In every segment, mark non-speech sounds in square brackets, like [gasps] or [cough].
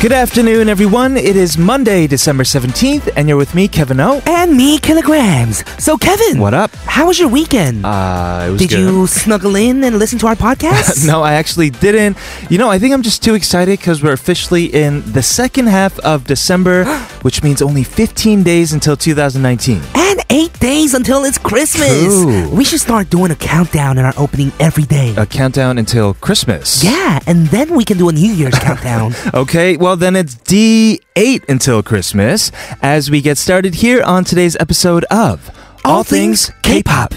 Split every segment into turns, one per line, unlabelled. Good afternoon, everyone. It is Monday, December 17th, and you're with me, Kevin O.
And me, Kilograms. So, Kevin,
What up?
how was your weekend?
Uh, it was
Did
good. [laughs]
you snuggle in and listen to our podcast?
No, I actually didn't. You know, I think I'm just too excited because we're officially in the second half of [gasps] December, which means only 15 days until 2019.
And eight days until it's Christmas.
True. Uh,
We should start doing a countdown in our opening every day.
A countdown until Christmas.
yeah, and then we can do a New
[laughs]
Year's countdown.
Okay, well, then it's D8 until Christmas as we get started here on today's episode of
All Things K-Pop.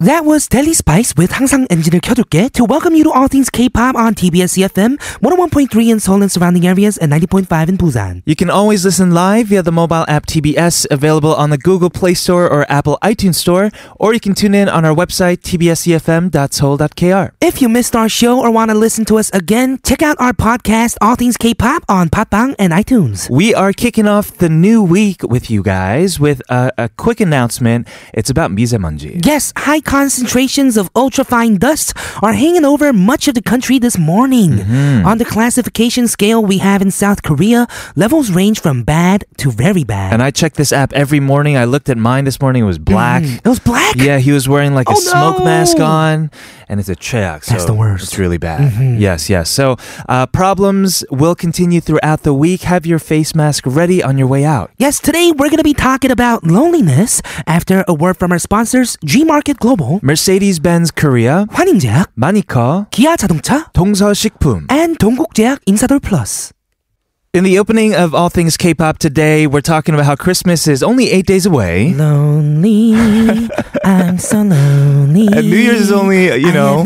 That was Deli Spice with 항상 엔진을 켜둘게 to welcome you to all things K-pop on TBS EFM 101.3 in Seoul and surrounding areas and 90.5 in Busan.
You can always listen live via the mobile app TBS, available on the Google Play Store or Apple iTunes Store, or you can tune in on our website, tbsefm.soul.kr.
If you missed our show or want to listen to us again, check out our podcast All Things K-pop on Popbang and iTunes.
We are kicking off the new week with you guys with a, a quick announcement. It's about Mizemanji.
Yes, high concentrations of ultrafine dust are hanging over much of the country this morning.
Mm-hmm.
On the classification scale we have in South Korea, levels range from bad to very bad.
And I check this app every morning. I looked at mine this morning. It was black.
it was black.
Yeah, he was wearing like a
Oh,
smoke
no.
mask on, and it's a check. So
That's the worst. Mm-hmm.
It's really bad. Yes, yes. So uh, problems will continue throughout the week. Have your face mask ready on your way out.
Yes, today we're going to be talking about loneliness after a word from our sponsors, G Market Global,
Mercedes-Benz Korea,
환인제약,
Manica,
기아 자동차,
동서식품.
and 동국제약 인사돌 플러스.
In the opening of All Things K-pop today, we're talking about how Christmas is only eight days away.
Lonely, I'm so lonely.
[laughs] And New Year's is only, you
I
know,
have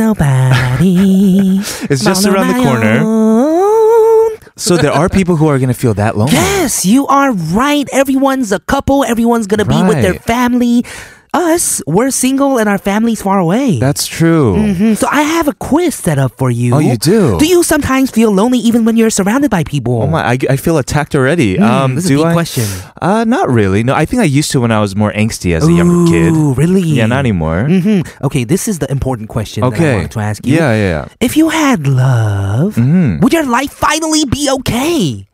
[laughs]
nobody.
It's just
I'm on
around the
my
corner.
own.
So there are people who are going to feel that lonely.
Yes, you are right. Everyone's a couple. Everyone's gonna be with their
Right.
family. Us, we're single and our family's far away.
That's true.
Mhm. So I have a quiz set up for you.
Oh, you do?
Do you sometimes feel lonely even when you're surrounded by people?
Oh my, I, I feel attacked already. um,
Hmm, this is a
do
big
I?
question.
Uh, not really. No, I think I used to when I was more angsty as a younger kid.
Ooh, really?
Yeah, not anymore.
hmm Okay, this is the important question that I
Okay.
wanted to ask you.
Yeah, Mm-hmm. yeah, yeah.
If you had love, would your life finally be okay?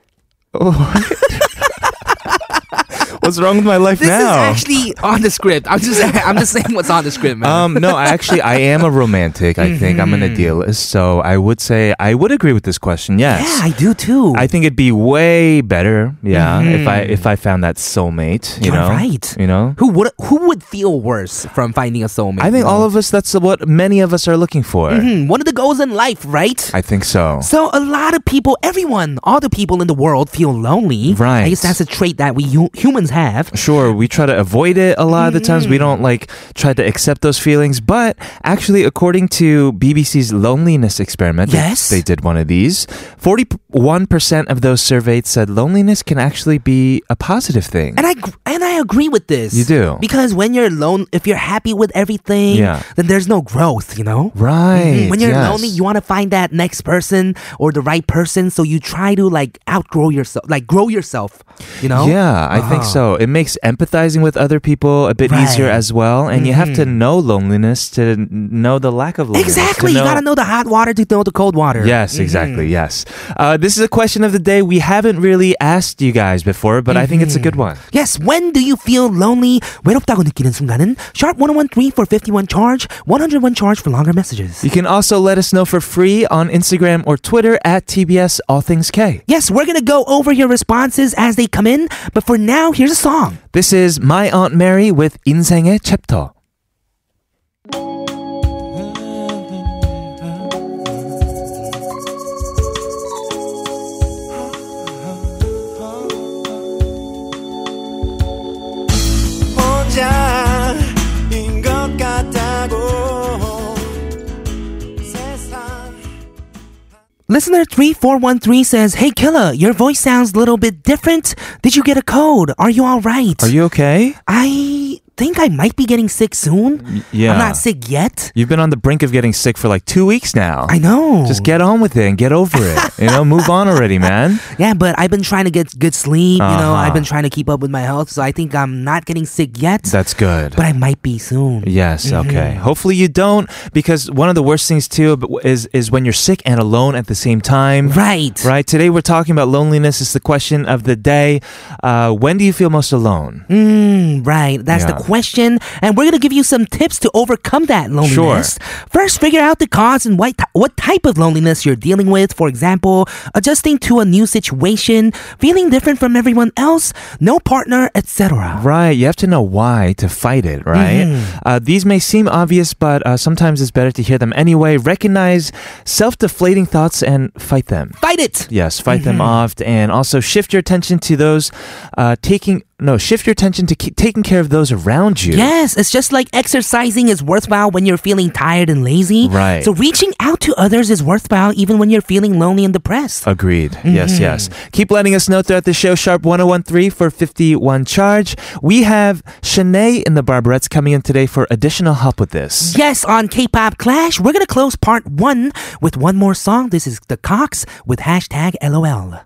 What's wrong with my life
This
now?
is actually on the script. I'm just [laughs] I'm just saying what's on the script, man.
um, no, I actually I am a romantic. I think I'm an
Mm-hmm.
idealist, so I would say I would agree with this question. Yes.
yeah, I do too.
I think it'd be way better, yeah, if I if I found that soulmate, you
You're
know,
right.
You know,
who would who would feel worse from finding a soulmate? hmm,
I think all of us. That's what many of us are looking for.
one of the goals in life, right?
I think so.
So a lot of people, everyone, all the people in the world feel lonely.
Right.
I guess that's a trait that we hu- humans have.
Sure, we try to avoid it a lot of the times.
Mm-hmm.
We don't like try to accept those feelings. But actually, according to BBC's loneliness experiment, they-
Yes.
they, did one of these. Forty-one percent of those surveyed said loneliness can actually be a positive thing.
And I gr- and I agree with this.
You do.
because when you're alone, if you're happy with everything,
Yeah.
then there's no growth. You know.
right.
Mm-hmm. When you're
yes.
lonely, you want to find that next person or the right person, so you try to like outgrow yourself, like grow yourself. You know.
Yeah, I think
Ah.
so. It makes empathizing with other people a bit easier
Right. Mm-hmm.
as well, and you have to know loneliness to n- know the lack of loneliness. to
Exactly. You gotta know the hot water to know the cold water.
Yes, exactly. Yes. Uh, this is a question of the day we haven't really asked you guys before, but I think it's a good one.
Yes, when do you feel lonely? 외롭다고 느끼는 순간은 sharp 1013 for 51 charge, 101 charge for longer messages.
You can also let us know for free on Instagram or Twitter at TBS All Things K.
Yes, we're gonna go over your responses as they come in, but for now, here's a song.
This is My Aunt Mary with 인생의 챕터.
Listener 3413 says, Hey Killa, your voice sounds a little bit different. Did you get a cold? Are you all right?
Are you okay?
I think I might be getting sick soon.
yeah.
I'm not sick yet.
You've been on the brink of getting sick for like two weeks now.
I know.
Just get on with it and get over
[laughs]
it. you know, move on already, man.
Yeah, but I've been trying to get good sleep. You know,
Uh-huh.
I've been trying to keep up with my health, so I think I'm not getting sick yet,
That's good.
but Mm-hmm. I might be soon.
Yes. Okay. Hopefully you don't, because one of the worst things too b- is is when you're sick and alone at the same time.
Right.
Right. Today we're talking about loneliness. It's the question of the day. Uh, when do you feel most alone?
Mm, right. That's the
Yeah.
question. And we're going to give you some tips to overcome that loneliness. First, figure out the cause and what, ty- what type of loneliness you're dealing with. For example, adjusting to a new situation, feeling different from everyone else, no partner, etc.
Right, you have to know why to fight it, right? Uh, these may seem obvious, but uh, sometimes it's better to hear them anyway. Recognize self deflating thoughts and fight them.
Fight it.
Yes, fight them off, and also shift your attention to those uh, taking. No, shift your attention to ke- taking care of those around you.
Yes, it's just like exercising is worthwhile when you're feeling tired and lazy.
Right.
So reaching out to others is worthwhile even when you're feeling lonely and depressed.
Agreed. Yes, yes. Keep letting us know throughout the show. Sharp 1013 for 51 charge. We have Shanae in the Barberettes coming in today for additional help with this.
Yes, on K-pop Clash, we're gonna close part one with one more song. This is The Cox with hashtag LOL.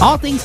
All things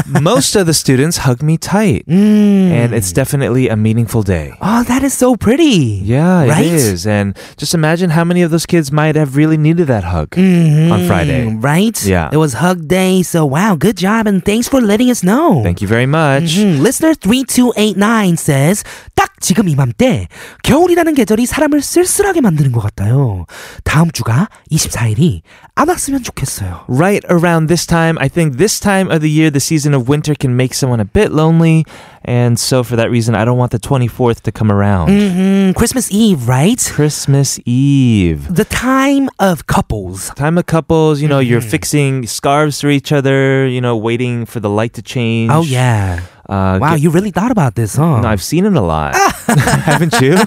Most of the students hugged me tight, and it's definitely a meaningful day.
Mm. Oh, that is so pretty.
Yeah, it is.
Right?
And just imagine how many of those kids might have really needed that hug on Friday.
Mm, Right?
Yeah.
It was Hug Day. So, wow, good job. And thanks for letting us know.
Thank you very much.
음, listener 3289 says 딱 지금 이맘때 겨울이라는 계절이 사람을 쓸쓸하게 만드는 것 같아요. 다음 주가 24일이 안 왔으면 좋겠어요.
right around this time. I think this time of the year, the season of winter can make someone a bit lonely. And so, for that reason, I don't want the 24th to come around.
음, Christmas Eve, right?
Christmas Eve.
The time of couples.
Time of couples, you know, you're
Mm-hmm.
fixing scarves for each other, you know, waiting for the light to change.
Oh yeah.
Uh,
Wow,
get-
you really thought about this, huh?
No, I've seen it a
[laughs]
lot. [laughs] Haven't you?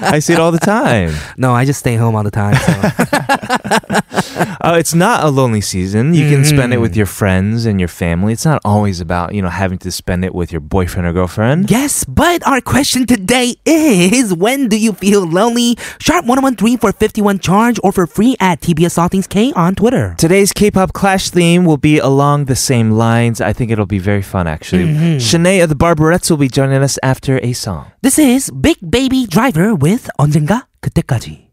I see it all the time.
No, I just stay home all the time.
[laughs]
So.
Uh, it's not a lonely season. You can spend it
Mm-hmm.
with your friends and your family. It's not always about, you know, having to spend it with your boyfriend or girlfriend.
yes, but our question today is when do you feel lonely? Sharp 1013 for 51 charge or for free at TBS All Things K on Twitter.
Today's K-pop clash theme will be along the same lines. I think it'll be very fun, actually.
Mm-hmm.
Shanae of the Barberettes will be joining us after a song.
This is Big Baby Driver with 언젠가 그때까지.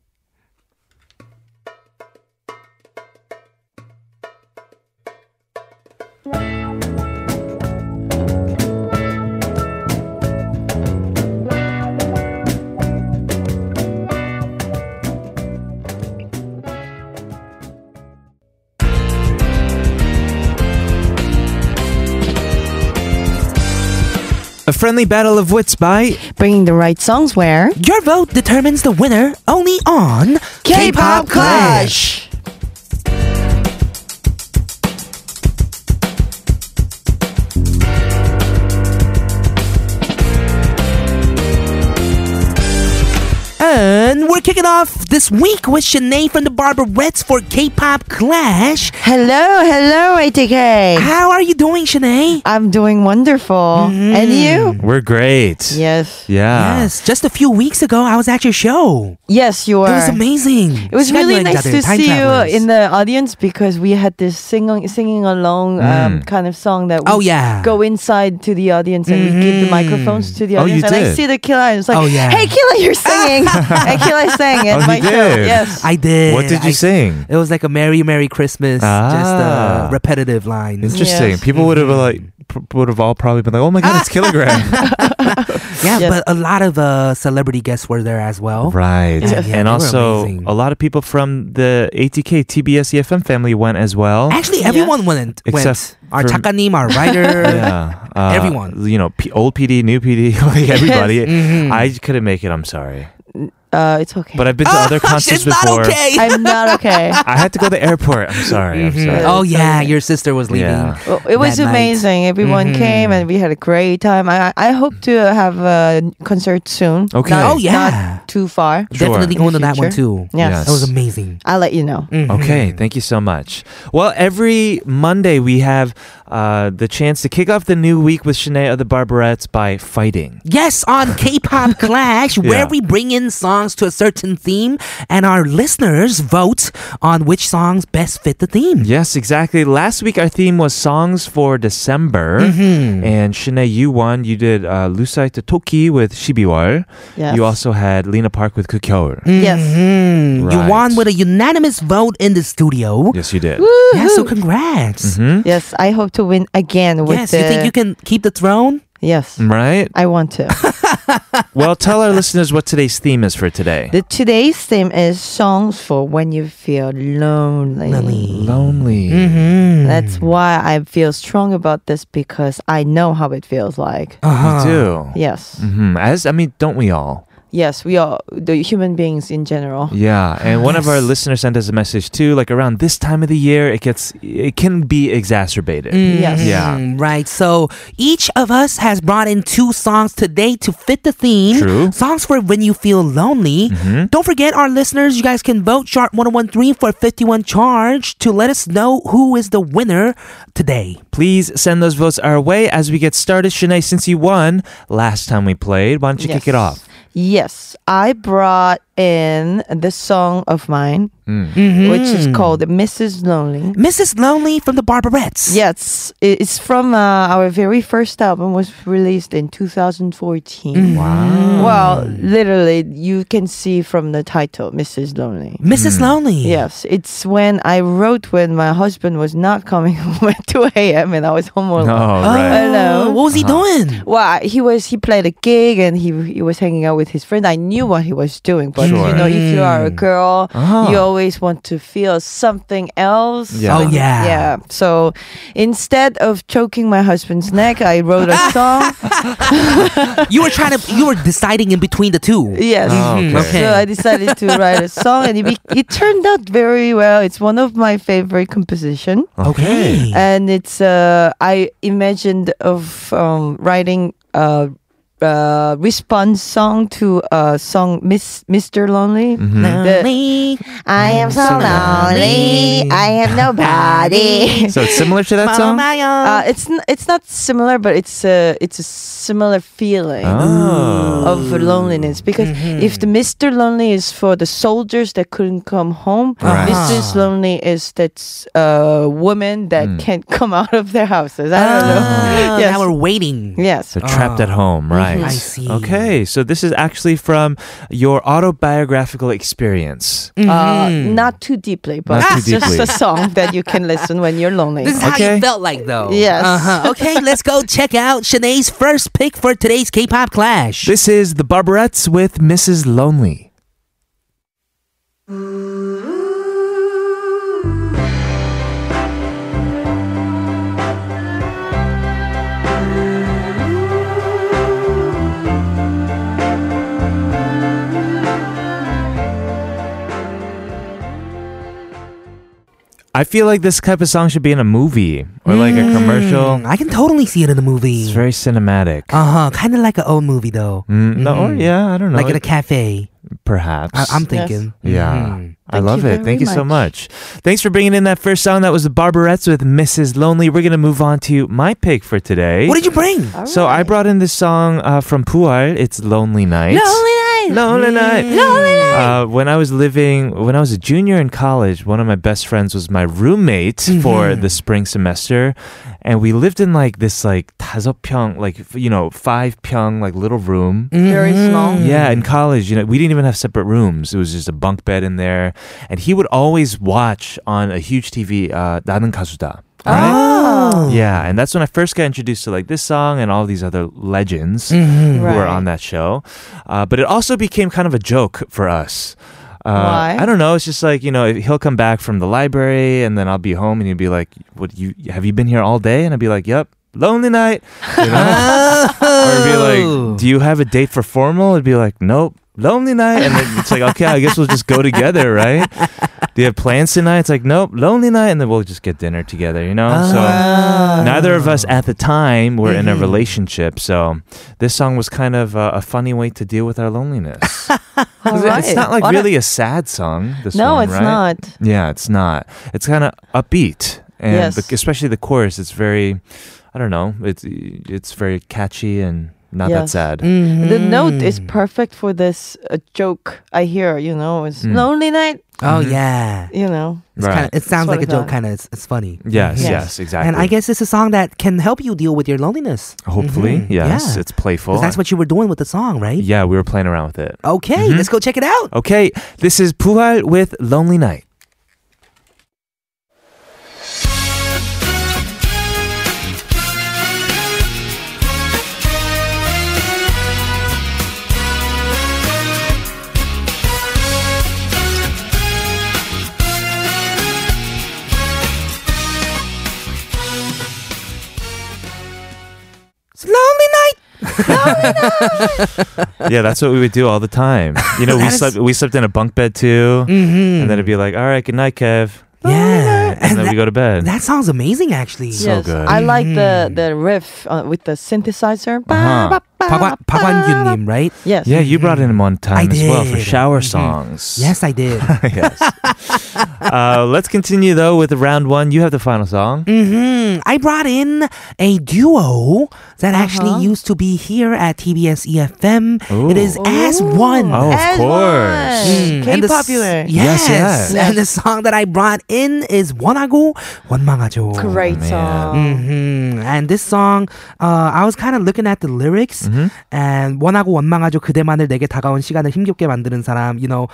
A friendly battle of wits by
bringing the right songs where
Your vote determines the winner only on we're kicking off this week with Shanae from the Barbarettes for K-pop Clash.
Hello, hello, ATK.
How are you doing, Shanae?
I'm doing wonderful.
Mm-hmm.
And you?
We're great.
Yes.
Yeah.
Yes, just a few weeks ago, I was at your show.
Yes, you
It
are.
was amazing.
It was really nice to see you in the audience because we had this singing singing along um, kind of song that we
Mm. Oh, yeah. Mm-hmm.
go inside to the audience and we give the microphones to the
Oh, you
audience. and I
did.
see the Killa and it's like,
Oh, yeah.
hey Killa,
[laughs]
you're singing. and Killa sang at
Oh, he
my show.
did.
Yes.
I did.
What did you
I-
sing?
It was like a Merry Merry Christmas,
Ah.
just a repetitive line.
Interesting.
Yes.
People would have uh, like would have all probably been like, "Oh my god,
[laughs]
it's kilogram."
Yeah,
Yes.
but a lot of uh, celebrity guests were there as well.
right.
Oh. Yeah, yeah,
and
they were
also
amazing.
a lot of people from the ATK TBS EFM E family went as well.
Actually, everyone went.
Except
went. Our
for-
takanim,
[laughs]
our writer. [laughs]
yeah. Uh,
Everyone.
You know, P- old PD, new PD, [laughs] like
[laughs]
everybody.
Mhm.
I couldn't make it. I'm sorry.
Uh, it's okay.
But I've been to
[laughs]
other concerts
It's
before.
Ah, Oh, not okay.
I'm not
[laughs]
okay.
I had to go to the airport. I'm sorry. I'm sorry.
oh yeah, your sister was leaving.
Yeah.
Well, it was
that night. Mm-hmm.
amazing. Everyone came and we had a great time. I I hope to have a concert soon.
Okay.
Not-
Oh, yeah.
Not too far.
Sure.
Definitely going to that one
Future.
too.
Yes.
Yes.
That was amazing. Mm-hmm.
I'll let you know.
Okay, thank you so much. Well, every Monday we have uh, the chance to kick off the new week with Shanae of the Barbarettes by fighting.
Yes, on K-pop
[laughs]
Clash, where
Yeah.
we bring in songs to a certain theme, and our listeners vote on which songs best fit the theme.
Yes, exactly. Last week our theme was songs for December,
Mm-hmm.
and Shanae, you won. You did uh, Lusai to Toki with Shibiwal.
Yes.
You also had Lena Park with Kukyol.
Yes.
Mhm. You
Right.
won with a unanimous vote in the studio.
Yes, you did.
Yeah, so congrats.
Mm-hmm.
Yes, I hope to win again with
Yes, you
the,
think you Mm. can keep the throne?
Yes.
Right?
I want
[laughs]
to.
Well, tell our [laughs] listeners what today's theme is for today.
the today's theme is songs for when you feel lonely.
Lonely. Mm-hmm.
Lonely.
Mm.
That's why I feel strong about this because I know how it feels like.
Uh-huh. Ah.
You
Mm.
do.
Yes.
hmm As I mean, don't we all?
Yes, we are the human beings in general.
Yeah, and one of our
Yes.
listeners sent us a message too. Like around this time of the year, it gets it can be exacerbated.
Yes.
Yeah.
Mm, Right. So each of us has brought in two songs today to fit the theme.
True. Mm-hmm.
Songs for when you feel lonely. Don't forget our listeners, you guys can vote Sharp 1013 for 51 charge to let us know who is the winner today.
Please send those votes our way as we get started. Shanae, since you won last time we played, why don't you kick it off?
Yes, I brought in the song of mine, which is called Mrs. Lonely.
Mrs. Lonely from the Barbarettes.
Yes, i- it's from uh, our very first album was released in 2014. Wow. Well, literally you can see from the title Mrs. Lonely.
Mrs.
Hmm.
Lonely.
Yes, it's when I wrote when my husband was not coming [laughs] home at 2 a.m. and I was home alone.
No,
Oh,
right. Uh-huh.
Hello.
What was he doing?
Well, I- he was he played a gig and he he was hanging out with his friend. I knew what he was doing, but
Sure.
you know, if you
Mm.
are a girl,
Ah.
you always want to feel something else.
Yeah.
Oh, yeah.
Yeah. So instead of choking my husband's neck, I
[laughs]
wrote a song.
You were trying to, you were deciding in between the two.
yes. Mm-hmm.
Oh, okay.
okay.
So I decided to write a song, and it, be- it turned out very well. It's one of my favorite composition.
Okay.
and it's uh, I imagined of um, writing a, uh response song to a song Miss Mr. Lonely.
Mm. Mm-hmm.
The,
Lonely.
I am so
lonely.
lonely. I have nobody.
So it's similar to that song.
Follow my own.
[laughs] Uh, it's n- it's not similar, but it's a it's a similar feeling
Oh.
of loneliness because
Mm-hmm.
if the Mister Lonely is for the soldiers that couldn't come home,
Right.
Mister Lonely is that uh, woman that
Mm.
can't come out of their houses. I don't know. [laughs]
Ah,
yes,
Now we're waiting.
yes,
So trapped at home, right?
Oh. Mm-hmm. I see.
Okay, so this is actually from your autobiographical experience.
uh,
Mm-hmm.
not too deeply, but
Mm-hmm. Not too
it's just
deeply.
a song that you can listen when you're lonely.
This is how
Okay.
you felt like, though.
Yes.
Uh-huh. Okay, let's go check out Shanae's first pick for today's K-pop Clash.
This is the Barbarettes with Mrs. Lonely. I feel like this type of song should be in a movie or like a commercial.
Mm, I can totally see it in the
It's
movie. Uh-huh.
very cinematic.
Uh huh. Kind of like an old movie, though.
Mm, No, or yeah, I don't know.
Like in a cafe.
perhaps.
I- am
Yes.
thinking.
yeah,
Mhm.
I
Thank
love
you
it.
very
Thank you so much.
much.
Thanks for bringing in that first song. That was the Barbarettes with Mrs. Lonely. We're gonna move on to my pick for today.
What did you bring?
so I brought in this song uh, from Puar. It's Lonely Night.
Lonely night.
Lonely night. Lonely night. Uh, when I was living, when I was a junior in college, one of my best friends was my roommate for the spring semester, and we lived in like this like 다섯 평, like f- you know five 평, like little room.
Very small.
Mm-hmm. Yeah, in college, you know, we didn't even have separate rooms. It was just a bunk bed in there, and he would always watch on a huge TV. Uh, 나는 가수다.
Oh.
Yeah, and that's when I first got introduced to like this song and all these other legends who
Mm-hmm.
were
Mm. Right.
on that show. Uh, but it also became kind of a joke for us. Uh,
Why?
I don't know. It's just like you know, he'll come back from the library, and then I'll be home, and he'll be like, "What you have you been here all day?" And I'll be like, "Yep, lonely night." You
[laughs]
know? or it'd be
Oh.
like, "Do you have a date for formal?" It'd be like, "Nope, lonely night." And then it's like, "Okay, I guess we'll just go together, right?" Do you have plans tonight? It's like, "Nope, lonely night," and then we'll just get dinner together, you know. So
Ah. Oh.
neither of us at the time were in a
Mm-hmm.
relationship, so this song was kind of uh, a funny way to deal with our loneliness.
[laughs] All right.
It's not like
What a-
really a sad song. This
no,
one,
it's
right?
not.
Yeah, it's not. It's kind of upbeat, and
Yes.
the, especially the chorus. It's very, I don't know. It's it's very catchy and not that
Yes.
sad.
Mm-hmm.
The note
Mm.
is perfect for this uh, joke I hear, you know, it's
Mm.
lonely night,
Oh yeah.
you know.
It's
Right.
kinda, it sounds
Mm-hmm. what
like a
I
joke.
thought.
Kind of, it's, it's funny.
Yes, yes,
Yes.
exactly.
And I guess it's a song that can help you deal with your loneliness.
hopefully,
Mhm.
yes,
Yeah.
it's playful.
'Cause that's what you were doing with the song, right?
yeah, Mm-hmm. we were playing around with it.
Okay, let's go check it out.
Okay, this is Puhal with Lonely Night.
It's lonely night.
yeah, that's what we would do all the time. You
[laughs]
know, we
That is-
slept we slept in a bunk bed too,
Mm-hmm.
and then it'd be like, "All right, good night, Kev,"
yeah,
and then we go to bed.
That sounds amazing, actually.
So
yes.
good.
I like
Mm-hmm.
the the riff uh, with the synthesizer.
Uh-huh.
Ba, ba, ba,
박완 박완규님, right?
Yes.
yeah, you brought in him on time as
Mm-hmm. I
well for
did.
shower
Mhm.
songs.
Yes, I did.
[laughs] yes. Uh, let's continue though with round one. You have the final song.
hmm I brought in a duo that
Uh-huh.
actually used to be here at TBS EFM. E It is As One.
Oh, of
As
course.
one.
Mm,
K
and the s-
popular.
Yes, yes.
Yes, And the song that I brought in is 원하고 원망하죠.
Oh,
Great
man.
song.
hmm And this song, uh, I was kind of looking at the lyrics,
Mm-hmm.
and 원하고 원망하죠 그대만을 내게 다가온 시간을 힘겹게 만드는 사람. You know,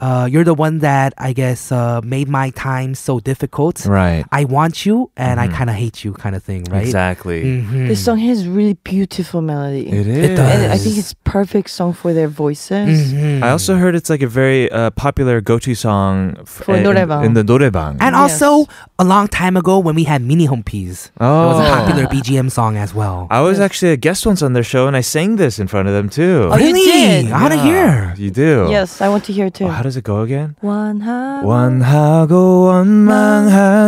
uh, you're the one that I guess uh, made my time so difficult.
Right.
I want you, and I kind of hate you, kind of thing, Mm. right?
Mm-hmm. Exactly.
Mhm.
This song has really beautiful melody.
It is.
It does.
And I think it's perfect song for their voices.
Mhm.
I also heard it's like a very uh, popular go-to song f- eh,
For
in,
노래방.
in the 노래방.
And
Yes.
also, a long time ago when we had Mini Home Peas, it was a
Oh.
popular BGM song as well.
I was actually a guest once on their show, and I sang this in front of them too.
Oh, you
really?
did?
I want to hear.
You do.
Yes, I want to hear it too. Um,
Oh, how does it go again?
One heart.
원하고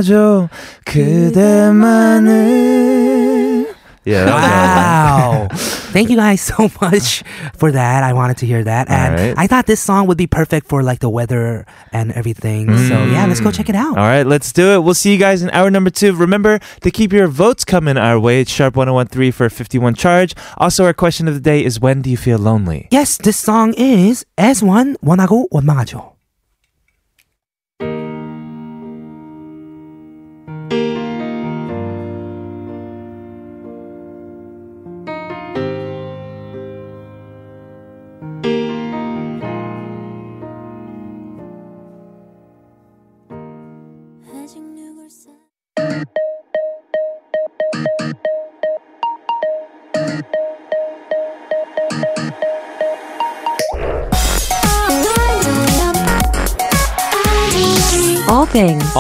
원망하죠 그대만을 Yeah, that was another one.
Wow. Thank you guys [laughs] so much for that. I wanted to hear that. And
Alright.
I thought this song would be perfect for like the weather and everything. So yeah, let's go check it out.
Mm. All right, let's do it. We'll see you guys in hour number two. Remember to keep your votes coming our way. It's sharp 1013 for a 51 charge. Also, our question of the day is when do you feel lonely?
Yes, this song is S1 원하고 원망하죠.
아직 누굴 사
All things.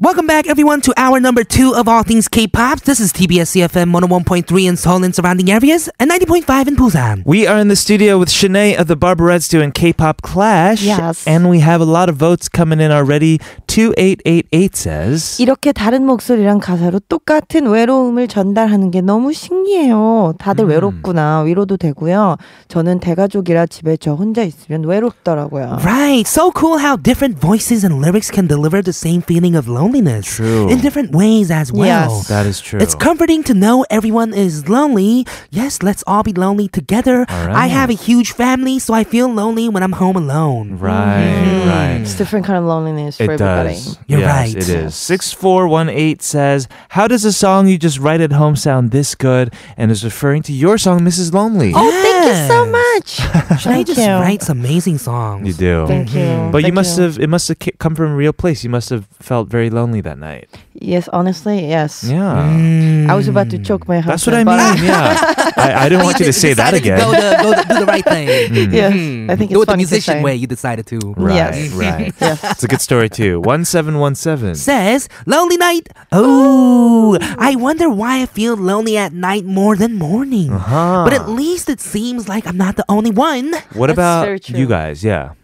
Welcome back, everyone, to hour number two of All Things K-pop. This is TBS CFM 101.3 in Seoul and surrounding areas, and 90.5 in Busan.
We are in the studio with Shanae of the Barbarettes doing K-pop Clash.
Yes.
And we have a lot of votes coming in already. 2888 says.
이렇게 다른 목소리랑 가사로 똑같은 외로움을 전달하는 게 너무 신기해요. 다들 외롭구나. 위로도 되고요. 저는 대가족이라 집에 저 혼자 있으면 외롭더라고요.
Right, so cool how different voices and lyrics can deliver the same feeling of loneliness
True.
in different ways as well.
Yes.
That is true.
It's comforting to know everyone is lonely. Yes, let's all be lonely together. I
right.
have a huge family, so I feel lonely when I'm home alone.
Right, right.
Mm-hmm. It's different kind of loneliness for
It
everybody.
does.
You're
Yes,
right.
It is. 6418 says, How does a song you just write at home sound this good? And is referring to your song, Mrs. Lonely.
Oh, thank you so
Yes.
much.
Should I
Thank
just
you.
writes amazing songs?
You do.
Thank you.
But you
Thank
must have, it must have ca- come from a real place. You must have felt very lonely that night.
Yes, honestly, yes.
Yeah.
Mm.
I was about to choke my
That's
husband.
what I
but
mean. Yeah.
[laughs]
I, Uh, I didn't want you to say that
decided
again.
Go, the, go the, do the
[laughs]
right thing.
[laughs] Yes,
Mm.
I think
do
it's
it the
funny to
musician
say.
way. You decided to.
Right,
Yes.
right.
Yes.
It's a good story
[laughs]
too. One seven one seven.
Says lonely night. Oh, I wonder why I feel lonely at night more than morning.
Huh.
But at least it seems like I'm not the only one.
Uh-huh. What
That's very
about
true.
you guys? Yeah,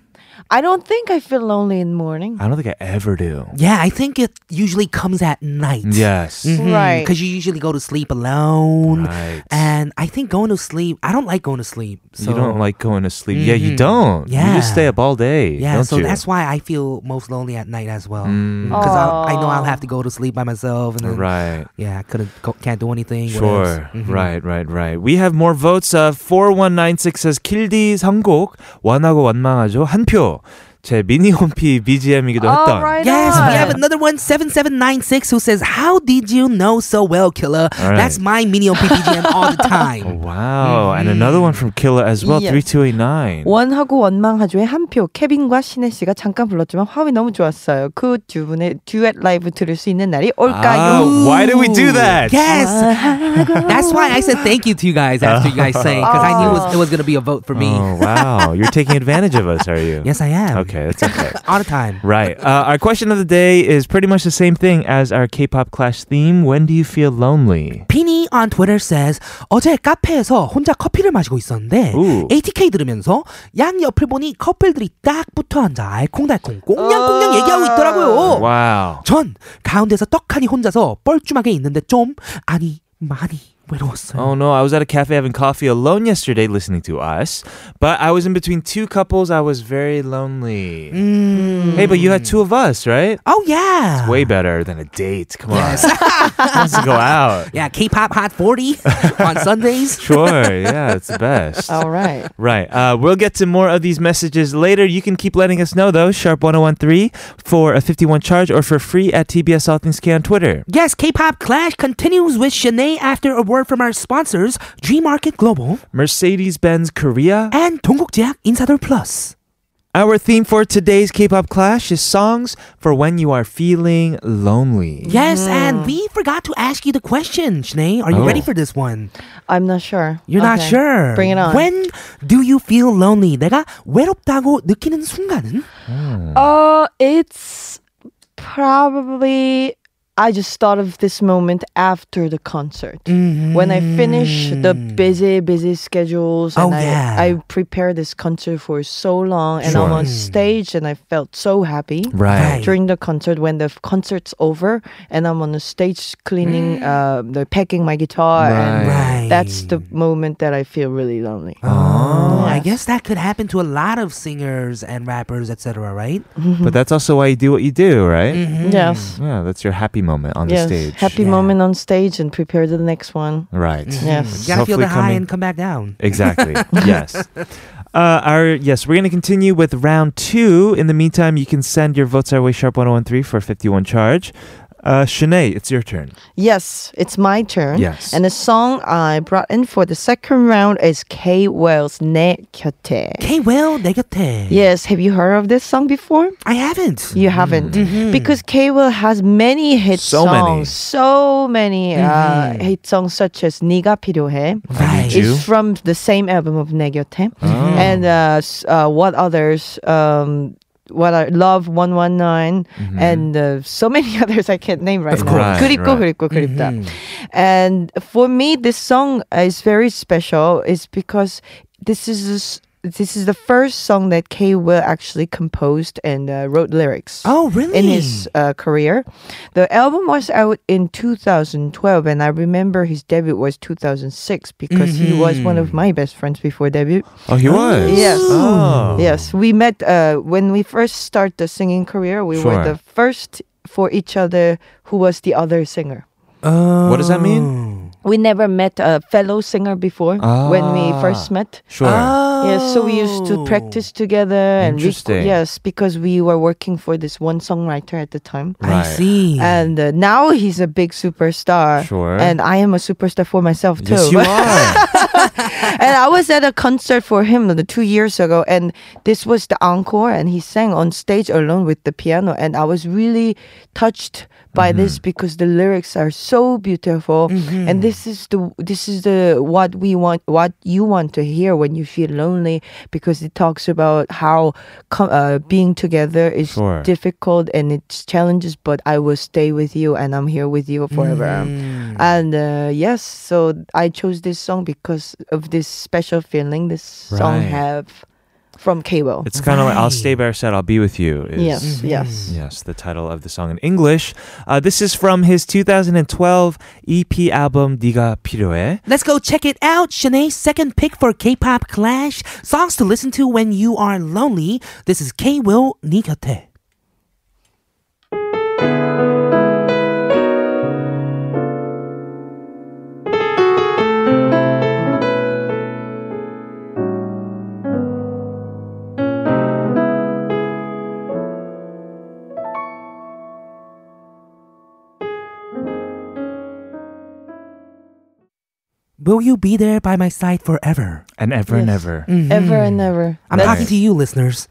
I don't think I feel lonely in the morning.
I don't think I ever do.
Yeah, I think it usually comes at night.
Yes,
Mm.
Right.
Because you usually go to sleep alone.
Right.
And I think going to sleep, I don't like going to sleep. So
you don't like going to sleep. Yeah, you don't. you just
Mm-hmm. Yeah.
stay up all day.
Yeah,
don't
so
you? Mm.
that's why I feel most lonely at night as well. Because I know I'll have to go to sleep by myself, and then
right.
yeah, I couldn't go, can't do anything. what else? Mm-hmm.
Sure. Right, right, right. We have more votes. Uh, 4196 says 킬디 선곡 원하고 원망하죠. 한 표. 제 미니 홈피 BGM이기도 했던.
right
Yes,
on.
we have another one, 7796, who says, How did you know so well, killer?
All
That's my mini on PPGM all
[laughs]
the time.
Wow. And
Mm-hmm.
another one from Killer as well.
Yes.
3289.
원하고 원망하조의 한 표. 케빈과 신혜 씨가 잠깐 불렀지만 화음이 너무 좋았어요. 그 두 분의 듀엣 라이브 들을 수 있는 날이
아,
올까요?
Ah, why do we do that?
Yes. That's why I said thank you to you guys after you guys sang, because I knew it was, it was going to be a vote for me.
Oh wow, you're taking advantage of us, are you?
Yes, I am.
Okay, that's okay.
[laughs] All the time.
Right. Uh, our question of the day is pretty much the same thing as our K-pop clash theme. When do you feel lonely?
피니 on Twitter says 어제 카페에서 혼자 커피를 마시고 있었는데
Ooh.
ATK 들으면서 양 옆을 보니 커플들이 딱 붙어 앉아 알콩달콩 꽁냥꽁냥 얘기하고 있더라고요.
Wow.
전 가운데서 떡하니 혼자서 뻘쭘하게 있는데 좀 아니 많이 외로웠어요.
Oh no, I was at a cafe having coffee alone yesterday listening to us, but I was in between two couples. I was very lonely.
Mm.
Hey, but you had two of us, right?
Oh yeah.
Way better than a date. Come on. [laughs] Let's go out.
[laughs] Yeah, K-pop
[laughs]
Hot 40 on Sundays.
Sure. Yeah, it's the best.
Oh,
All right.
Right. Uh, we'll get to more of these messages later. You can keep letting us know, though. Sharp1013 for a 51 charge or for free at TBS All Things K on Twitter.
Yes, K-pop Clash continues with Shanae after a word from our sponsors, Dream Market Global
Mercedes Benz Korea.
and 동국제약 인사돌 플러스.
Our theme for today's K pop clash is songs for when you are feeling lonely.
Yes,
Mm.
and we forgot to ask you the question, Shanae. Are
Oh.
you ready for this one?
I'm not sure.
You're not
Okay.
sure.
Bring it on.
When do you feel lonely? 내가 외롭다고 느끼는 순간은?
Uh, it's probably. I just thought of this moment after the concert
Mm-hmm.
when I finish the busy, busy schedules
Oh,
and
yeah.
I, I prepared this concert for so long and I'm
Sure.
on stage and I felt so happy.
Right.
During the concert, when the concert's over and I'm on the stage cleaning, uh, the packing my guitar,
Right.
and that's the moment that I feel really lonely.
Oh, I guess
Yes.
that could happen to a lot of singers and rappers, etc. Right?
Mm-hmm.
But that's also why you do what you do, right?
Mm. Yes,
Yeah, that's your happy moment on
Mm-hmm. yes.
the stage.
Happy
Yeah.
moment on stage and prepare the next one.
Right.
Yes.
You gotta feel
Hopefully
the high
coming-
and come back down.
Exactly.
[laughs]
yes. Uh, our yes, we're gonna continue with round two. In the meantime, you can send your votes our way sharp one zero one three for fifty one charge. Uh, Shanae, it's your turn.
Yes, it's my turn.
Yes.
And the song I brought in for the second round is K. Wells' 내 곁에.
K. Well, 내 곁에.
Yes, have you heard of this song before?
I haven't.
You haven't. Because K. Will has many hit
Mm-hmm. So
songs.
many. Mm-hmm.
So many uh, hit songs such as 네가 필요해.
Right.
You?
Oh.
It's from the same album of 내 곁에. And uh, s- uh, what others? Um, what I love 119 and uh, so many [laughs] others I can't name right
Mm-hmm. Of
now.
course. Mm-hmm.
Right,
그립고
right.
그립고 그립다. And for me this song is very special is because this is this is the first song that K will actually composed and uh, wrote lyrics
Oh, really?
Hmm.
in his uh, career. The album was out in 2012, and I remember his debut was 2006 because he was one of
Mm-hmm.
my best friends before debut.
Oh, he was.
Yes.
Oh.
Yes, we met uh, when we first started the singing career. We
Sure.
were the first for each other who was the other singer.
Oh.
What does that mean?
We never met a fellow singer before when we
Ah.
first met.
Sure.
Yes, so we used to
Oh.
practice together and rec-
Interesting.
yes, because we were working for this one songwriter at the time.
I
Right.
see.
and uh, now he's a big superstar.
Sure.
And I am a superstar for myself too.
Yes, you
[laughs]
are.
and I was at a concert for him the two years ago, and this was the encore, and he sang on stage alone with the piano, and I was really touched by this because the lyrics are so beautiful, and this is the this is the what we want, what you want to hear when you feel lonely, because it talks about how co- uh, being together is
Sure.
difficult and it's challenges, but I will stay with you, and I'm here with you forever.
Mm.
And uh, yes, so I chose this song because of this special feeling this song
Right.
have from Cable.
it's kind of like I'll
Right.
stay by your side, I'll be with you. Is,
Yes, yes.
Yes, the title of the song in English. Uh, this is from his 2012 EP E album 네가 필요해.
Let's go check it out. Shanae's second pick for K-pop Clash songs to listen to when you are lonely. This is K Will 네 곁에. Will you be there by my side forever?
And ever and
Yes.
ever.
Ever and ever.
Mm-hmm. I'm
That's-
talking to
[laughs]
you, listeners.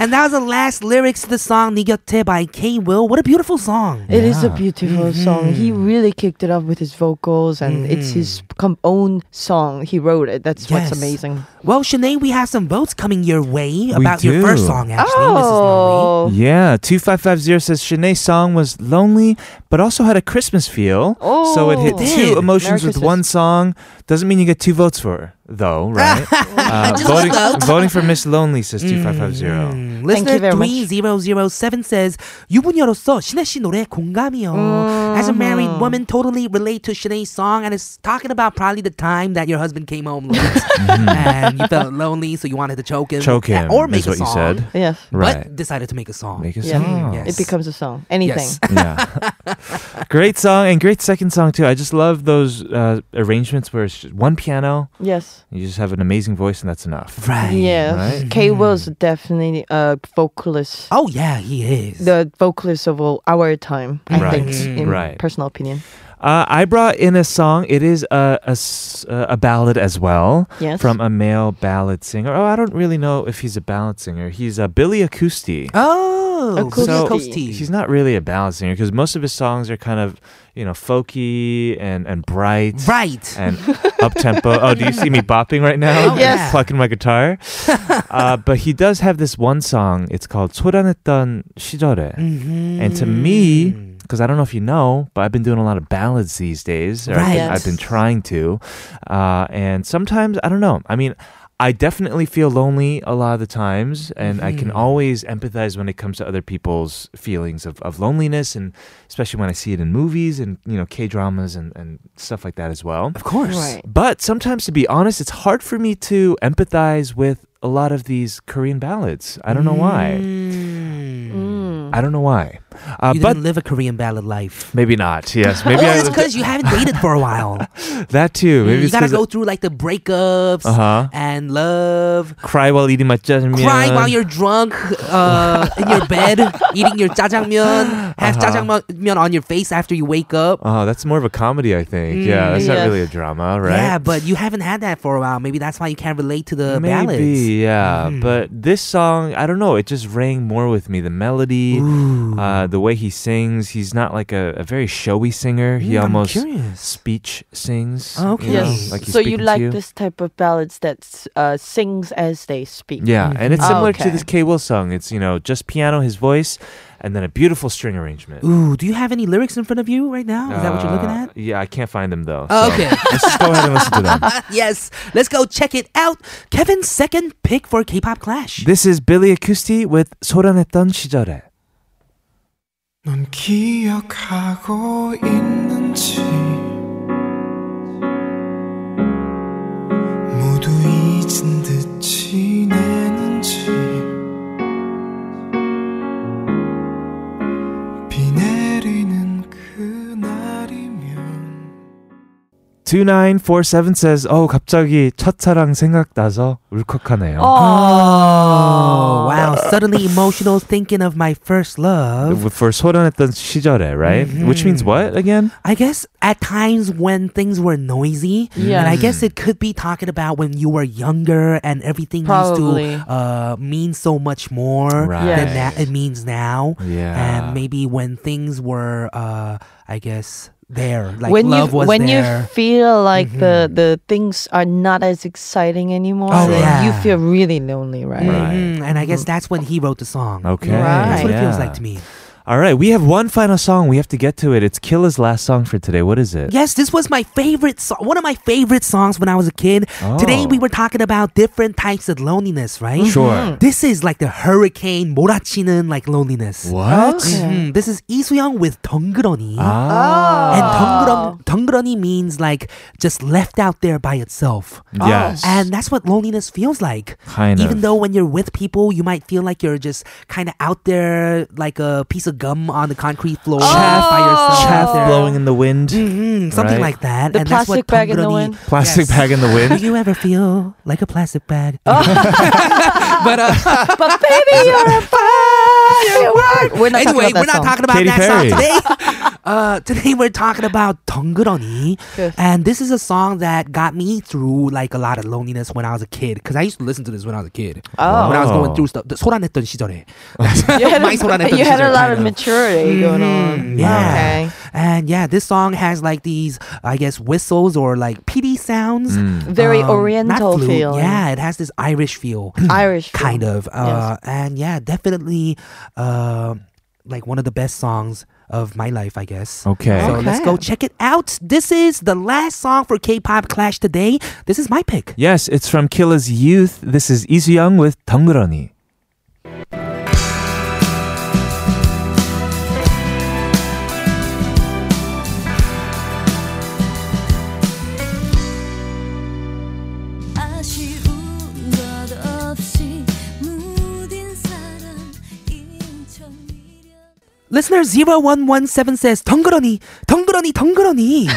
and that was the last lyrics to the song 네 곁에 by K Will. What a beautiful song.
It is a beautiful
Mm-hmm.
song. He really kicked it up with his vocals, and it's
Mm-hmm.
his com- own song. He wrote it. That's
Yes.
what's amazing.
Well, Shanae, we have some votes coming your way about your first
do.
song, actually, Mrs. Lonely.
oh,
Yeah, 2550 says Shanae's song was lonely, but also had a Christmas feel. so it hit
Oh.
two
Did.
emotions
Merry
with one song. Doesn't mean you get two votes for her,
[laughs]
though, right? uh, voting, voting for Miss Lonely says
Mm.
2550.
음, Mm.
Thank
Listener
you very much.
3007 says 유부녀로서 신혜 씨 노래 공감이요. As a married
Mm.
woman, totally relate to Sinead's song, and it's talking about probably the time that your husband came home late and you felt lonely, so you wanted to choke him,
Mm-hmm. Choke him,
or make
is what
a
you
song,
said.
yes.
Right.
but oh, decided to make a song.
Make a
Yeah.
song.
Yes.
It becomes a song. Anything.
Yes.
yeah. [laughs] great song and great second song too. I just love those uh, arrangements where it's just one piano.
Yes.
You just have an amazing voice and that's enough.
Right.
Yes.
Right.
Mm-hmm.
K was definitely a vocalist.
Oh yeah, he is.
The vocalist of all our time, I
Right.
think,
Mm.
in
Right.
personal opinion.
Uh, I brought in a song. It is a a s- uh, a ballad as well
Yes.
from a male ballad singer. Oh, I don't really know if he's a ballad singer. He's a Billy Acousti.
oh,
Acoustic.
so,
He's not really a ballad singer because most of his songs are kind of, you know, folky and, and bright.
right.
and up tempo. Oh, do you see me bopping right now?
Oh,
Yes.
Plucking my guitar. uh, but he does have this one song. It's called 소란했던 시절에.
Mm-hmm.
And to me, because I don't know if you know, but I've been doing a lot of ballads these days. or I've, been,
Right.
I've been trying to. Uh, and sometimes, I don't know. I mean, I definitely feel lonely a lot of the times, and I
Mm-hmm.
can always empathize when it comes to other people's feelings of, of loneliness, and especially when I see it in movies and you know K dramas and, and stuff like that as well.
of course.
Right.
But sometimes, to be honest, it's hard for me to empathize with a lot of these Korean ballads. I don't know why.
Mm.
I don't know why. Uh,
you
but
didn't live a Korean ballad life.
maybe not. Yes,
[laughs]
maybe
or
I
it's because you haven't dated for a
[laughs]
while.
that too. Maybe
Mm, you
it's
gotta
'cause-
go through like the breakups
Uh-huh.
and love.
cry while eating my jjajangmyeon.
Crying while you're drunk uh, in your
[laughs]
bed, eating your jjajangmyeon,
Uh-huh.
have jjajangmyeon on your face after you wake up.
Oh, that's more of a comedy, I think. yeah, that's not
yes.
really a drama, right?
Mm, Yeah, but you haven't had that for a while. Maybe that's why you can't relate to the
Maybe,
ballads. Mm-hmm.
yeah. But this song, I don't know, it just rang more with me. The melody, uh, uh, the way he sings, he's not like a, a very showy singer. He
Mm, I'm
almost
curious.
speech sings.
Oh, okay.
you know,
Yes.
like he's
so
speaking
you
to
like this type of ballads that s- uh, sings as they speak.
Yeah, and it's
Mm-hmm.
Oh,
similar to
okay.
this K Will song. It's you know just piano, his voice, and then a beautiful string arrangement.
Ooh, do you have any lyrics in front of you right now? Is that what you're looking
Uh,
at?
Yeah, I can't find them though.
Oh,
so
okay. [laughs] Ah,
let's just go ahead and listen to them.
yes, let's go check it out. Kevin's second pick for K-pop Clash.
This is Billy Acousti with 소란했던 시절에.
넌 기억하고 있는지 모두 잊은 듯 지내는지 비 내리는 그날이면
2947 says, "Oh, 갑자기 첫사랑 생각나서 울컥하네요." [laughs]
Oh, wow. Suddenly emotional thinking of my first love.
For 소란했던 시절에, right?
Mm-hmm.
Which means what again?
I guess at times when things were noisy,
Yeah.
and I guess it could be talking about when you were younger and everything
Probably.
used to uh, mean so much more
Right.
than that it means now.
Yeah.
And maybe when things were, uh, I guess, there, like
when
love
you
was
when you
there. Mm-hmm.
feel like the the things are not as exciting anymore,
Oh,
then
yeah.
you feel really lonely, right?
Right.
Mhm, And I guess that's when he wrote the song.
Okay.
Right.
That's what it feels
Yeah.
like to me.
All right, we have one final song. We have to get to it. It's Killa's last song for today. What is it?
Yes, this was my favorite song. One of my favorite songs when I was a kid.
Oh.
Today
Mm-hmm.
we were talking about different types of loneliness, right?
Sure.
This is like the hurricane 몰아치는 like loneliness.
What?
Mhm, This is Lee Soo-young with 덩그러니.
Ah.
And 덩그러니, 덩그러니 means like just left out there by itself.
Yes.
And that's what loneliness feels like.
Kind
Even
of.
though when you're with people, you might feel like you're just kind of out there like a piece of gum on the concrete floor
Chaff-
Oh.
by yourself.
Chaff
out there.
blowing in the wind.
Mhm, Oh. something
Right.
like that.
The
and that's what
plastic bag in the
Tongroni-
wind.
Plastic
Yes.
bag in the
Do [laughs]
wind.
you ever feel like a plastic
[laughs]
bag?
Oh.
but uh,
But baby,
[laughs]
you're a firework. [laughs] We're not
anyway,
talking about
we're not talking about
Katy
that
Perry.
song today. [laughs] uh, today we're talking about 덩그러니,
Yes.
and this is a song that got me through like a lot of loneliness when I was a kid. Because I used to listen to this when I was a kid.
Oh.
When I was
Wow.
going through stuff, 소란했던 시절에.
[laughs]
You had,
많이
a,
소란했던
you had a
시절,
lot
kind
of maturity going
Mm-hmm.
on.
Yeah.
Okay.
And yeah, this song has like these, I guess, whistles or like PD sounds.
Very
Um, not
oriental
flute.
feel.
Yeah, it has this Irish feel.
Irish. feel.
kind of. Uh, And yeah, definitely uh, like one of the best songs of my life, I guess.
Okay.
So let's go check it out. This is the last song for K pop Clash today. This is my pick.
Yes, it's from Killa's Youth. This is Lee Young with 덩그러니.
아쉬운 것 없이 묻은 사람 인천 미련
Listener 0117 says, 덩그러니, 덩그러니, 덩그러니.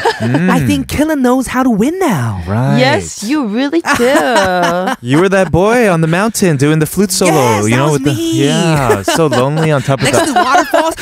I think Killen knows how to win now.
Right.
Yes, you
[laughs]
really do.
You were that boy on the mountain doing the flute solo.
Yes,
you
that
know
was
with the
me.
yeah, so lonely on top of
Next
that.
to the waterfalls.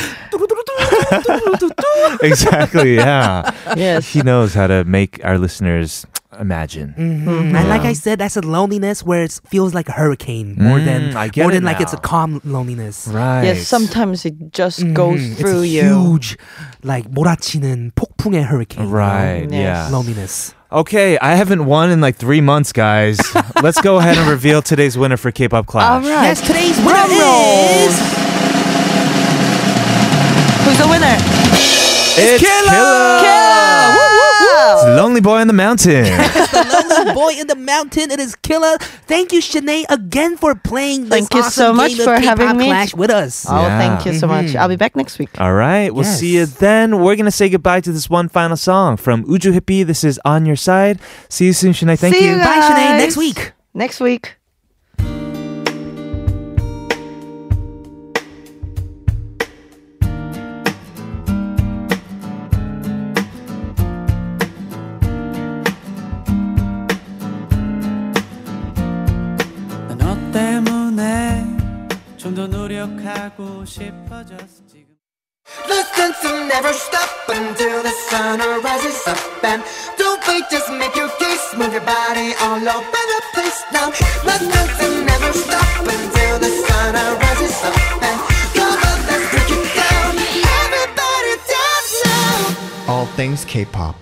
[laughs] exactly. Yeah.
yes.
He knows how to make our listeners imagine.
Mm. Mm-hmm.
And like I said, that's a loneliness where it feels like a hurricane more than
Mm, I get
more
it
than like it's a
now.
calm loneliness.
Right.
Yes, sometimes it just goes
Mm,
through
it's a
you.
Huge, like 몰아치는 폭풍의 hurricane. you know?
Right.
Yes.
Yeah.
Loneliness.
Okay, I haven't won in like three months,
[laughs]
guys. Let's go ahead and reveal today's winner for K-pop
All
Clash.
right.
Yes, today's winner
Drum
[laughs]
roll.
is
Who's the winner? Oh,
It's Killa.
Ah!
It's Lonely Boy on the Mountain.
the lonely boy in the mountain. It is Killer. Thank you, Shanae, again for playing this
Thank you so
awesome
much
game of
for
K-pop
having me.
Clash with us.
Oh, thank
Yeah.
you so much.
Mm-hmm.
I'll be back next week.
All right, we'll see you
Yes.
then. We're gonna say goodbye to this one final song from Uju Hippie. This is On Your Side. See you soon, Shanae. Thank
See
you.
you
Bye, Shanae.
guys.
Next week.
Next week.
난 너 때문에 좀 더 노력하고 싶어졌어 지금 Listen to never stop until the sun rises up and don't wait just make your case move your body all over the place now Listen to never stop until the sun rises up and come on let's break it down
things K-pop.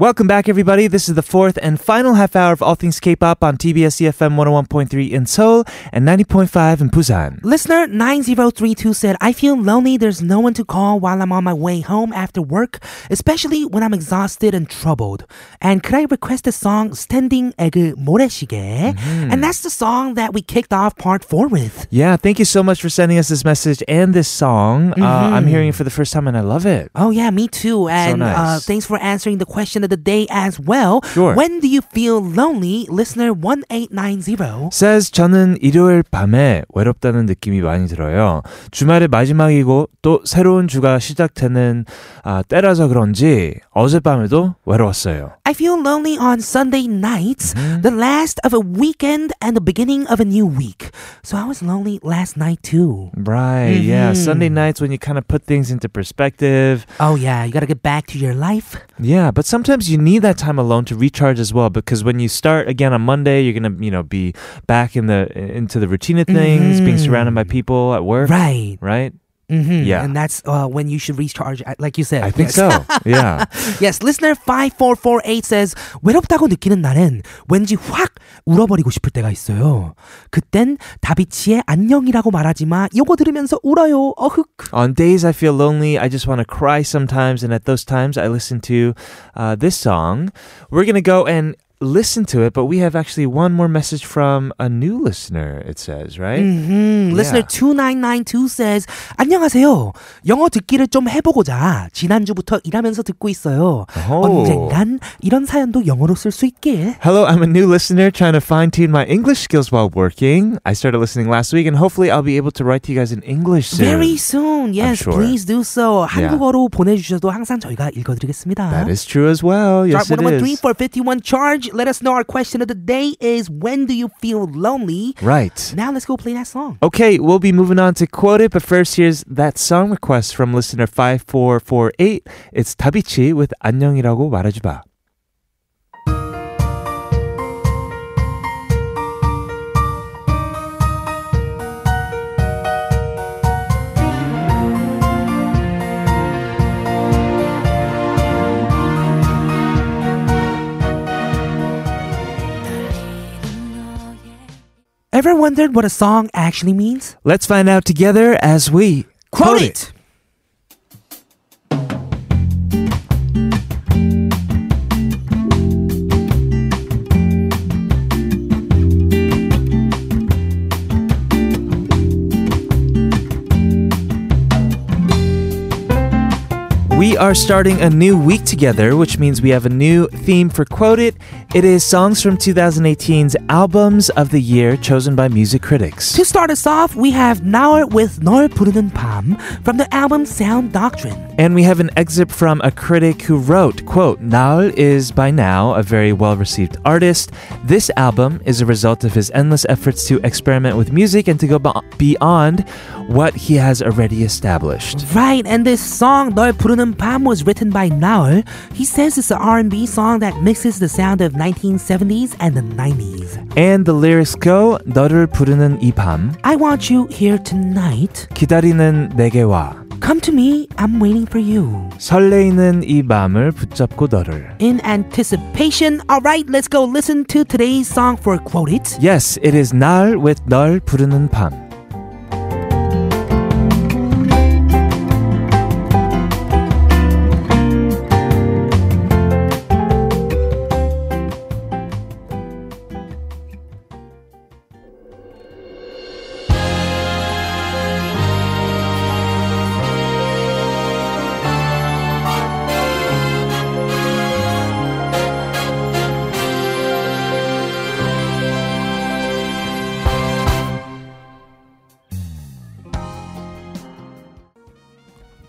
Welcome back, everybody. This is the fourth and final half hour of All Things K-pop on TBS EFM 101.3 in Seoul and 90.5 in Busan.
Listener 90322 said, I feel lonely. There's no one to call while I'm on my way home after work, especially when I'm exhausted and troubled. And could I request the song Standing 에그 모래시계?
Mm-hmm.
And that's the song that we kicked off part four with.
Yeah, thank you so much for sending us this message and this song. Uh, I'm hearing it for the first time and I love it.
Oh yeah, me too. And uh,
nice.
thanks for answering the question of the day as well.
Sure.
When do you feel lonely? Listener 1890.
says 저는 일요일 밤에 외롭다는 느낌이 많이 들어요. 주말의 마지막이고 또 새로운 주가 시작되는 아, 때라서 그런지 어젯밤에도 외로웠어요.
I feel lonely on Sunday nights, the last of a weekend and the beginning of a new week. So I was lonely last night too.
Right. Yeah. Sunday nights when you kind of put things into perspective.
Oh yeah, you gotta get back to your life.
Yeah, but sometimes you need that time alone to recharge as well because when you start again on Monday, you're going to, you know, be back in the into the routine of things, being surrounded by people at work,
Mm-hmm. Right.
right?
Mm-hmm.
Yeah.
And that's uh, when you should recharge, uh, like you said.
I think
Yes.
so. Yeah.
Yes, listener 5448 says 외롭다고 느끼는 날엔 왠지 확 울어버리고 싶을 때가 있어요. 그땐 다비치의 안녕이라고 말하지 마. 요거 들으면서 울어요. 어흑.
On days I feel lonely, I just want to cry sometimes, and at those times I listen to uh, this song. We're gonna go and listen to it, but we have actually one more message from a new listener. It says, right?
Mm. 음, Listener
Yeah.
2992 says 안녕하세요. 영어 듣기를 좀 해보고자 지난주부터 일하면서 듣고 있어요.
어허.
Oh, 언젠간 이런 사연도 영어로 쓸 수 있길.
Hello, I'm a new listener trying to fine tune my English skills while working. I started listening last week, and hopefully, I'll be able to write to you guys in English soon.
Very soon. Yes,
sure.
please do so.
Yeah.
한국어로 보내주셔도 항상 저희가 읽어드리겠습니다.
That is true as well. Yes,
Sharp
it is.
113 for 51 charge. Let us know our question of the day is when do you feel lonely?
Right.
Now let's go play that song.
Okay, we'll be moving on to quote it, but first here's that song request from listener 5448. It's Tabichi with 안녕이라고 말하지 마.
Ever wondered what a song actually means?
Let's find out together as we quote it. We are starting a new week together, which means we have a new theme for Quote It. It is songs from 2018's Albums of the Year chosen by music critics.
To start us off, we have Naur with 널 부르는 밤 from the album Sound Doctrine.
And we have an excerpt from a critic who wrote, quote, Naul is by now a very well-received artist. This album is a result of his endless efforts to experiment with music and to go be- beyond what he has already established.
Right, and this song 널 부르는 밤 was written by Naur. He says it's an R&B song that mixes the sound of 1970s and the 90s.
And the lyrics go, 너를 부르는 이 밤,
I want you here tonight.
기다리는 내게 와,
Come to me, I'm waiting for you.
설레이는 이 밤을 붙잡고 너를.
in anticipation. All right, let's go listen to today's song for Quote It.
Yes, it is 날 with 널 부르는 밤.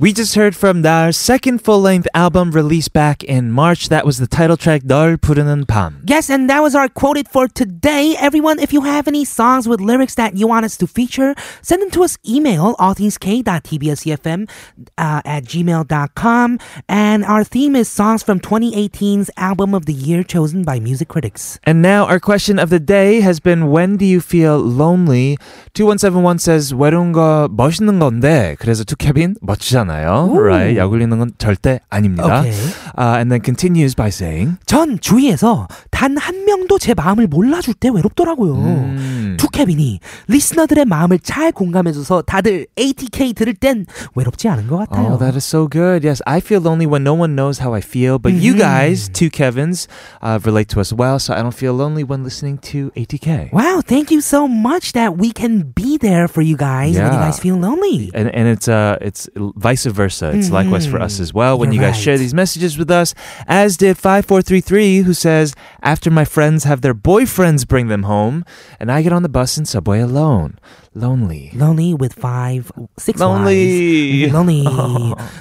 We just heard from their second full length album released back in March. That was the title track, 널 부르는 밤.
Yes, and that was our quoted for today. Everyone, if you have any songs with lyrics that you want us to feature, send them to us email allthingsk.tbscfm uh, at gmail.com. And our theme is songs from 2018's album of the year chosen by music critics.
And now our question of the day has been when do you feel lonely? 2171 says 외로운 거 멋있는 건데 그래서 투캐빈 멋지잖아요. Right. 약 올리는 건 절대 아닙니다.
Okay.
Uh, and then continues by saying
전 주위에서 단 한 명도 제 마음을 몰라줄 때 외롭더라고요.
음.
투캐빈이 리스너들의 마음을 잘 공감해줘서 다들 ATK 들을 땐 외롭지 않은 것 같아요.
Oh, that is so good. Yes, I feel lonely when no one knows how I feel, but you
Mm-hmm.
guys, two Kevins, uh, relate to us well, so I don't feel lonely when listening to ATK.
Wow, thank you so much that we can be there for you guys when you
Yeah.
guys feel lonely.
And, and it's uh it's vice versa. It's likewise for us as well. When
Mm-hmm. You're
you guys
right.
share these messages with us, as did five four three three, who says, "After my friends have their boyfriends bring them home, and I get on the bus and subway alone, lonely."
Lonely with five, six
Lonely.
wives.
[laughs]
Lonely.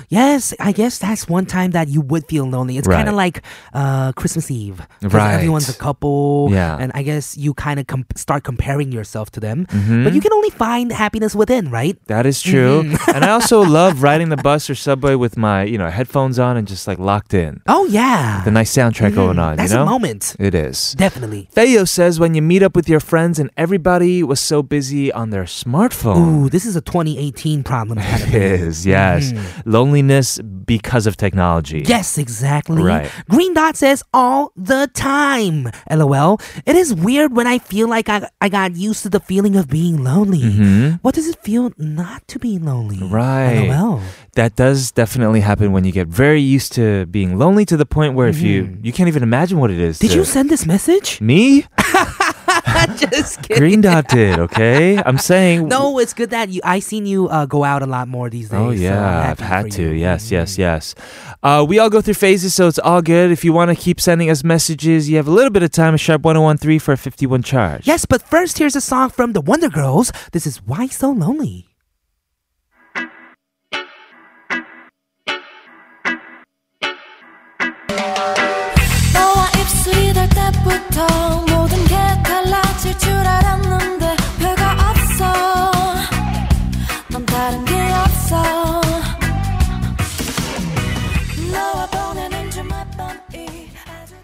Yes, I guess that's one time that you would feel lonely. It's kind of like uh, Christmas Eve. 'cause
Right.
Everyone's a couple.
Yeah.
And I guess you kind of com- start comparing yourself to them. But you Mm-hmm. can only find happiness within, right?
Mm-hmm. That is true.
[laughs]
and I also love riding the bus or subway with my you know headphones on and just like locked in.
Oh, yeah.
The nice soundtrack going on.
Mm-hmm. that's
you know?
a moment.
It is.
Definitely.
Feo says when you meet up with your friends and everybody was so busy on their smartphone.
Ooh, this is a 2018 problem. Kind of
[laughs] It is, yes. Loneliness because of technology.
Mm-hmm. Yes, exactly.
Right.
Green Dot says all the time. LOL. It is weird when I feel like I, I got used to the feeling of being lonely. What does it feel not to be lonely?
Mm-hmm. Right.
LOL.
That does definitely happen when you get very used to being lonely to the point where if you you can't even imagine what it is.
Mm-hmm. Did
to-
you send this message?
me?
[laughs] Just kidding.
Green Dot did, okay? I'm saying
No, it's good that you. I seen you uh, go out a lot more these days.
Oh
so I'm
yeah, I've
happy
had
for
to.
you.
Yes, yes, yes. Uh, we all go through phases, so it's all good. If you want to keep sending us messages, you have a little bit of time. Sharp one zero one three for a fifty one charge.
Yes, but first here's a song from the Wonder Girls. This is Why So Lonely.
너와 입술이 닿을 때부터 모든 게 달라질 줄 알았는데 별거 없어 넌 다른 게 없어 너와 보내는 주말 밤이 아주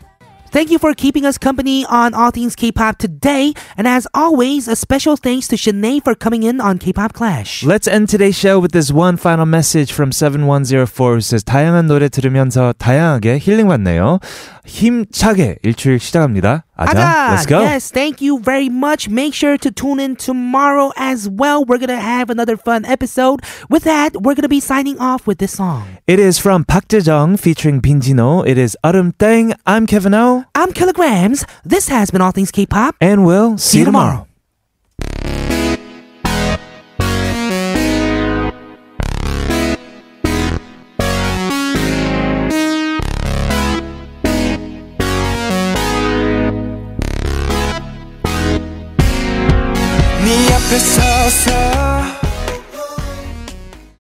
Thank you for keeping us company on All Things K-Pop today. And as always, a special thanks to Shanae for coming in on K-Pop Clash.
Let's end today's show with this one final message from 7104 who says 다양한 노래 들으면서 다양하게 힐링 받네요. 힘차게 일주일 시작합니다. 아자,
Aga,
let's go.
Yes, thank you very much. Make sure to tune in tomorrow as well. We're going to have another fun episode. With that, we're going to be signing off with this song.
It is from Park Jae-jung featuring Binjino. It is Autumn Thing. I'm Kevin O,
I'm Kilograms. This has been All Things K-Pop.
and we'll see, you tomorrow.
네 앞에 서서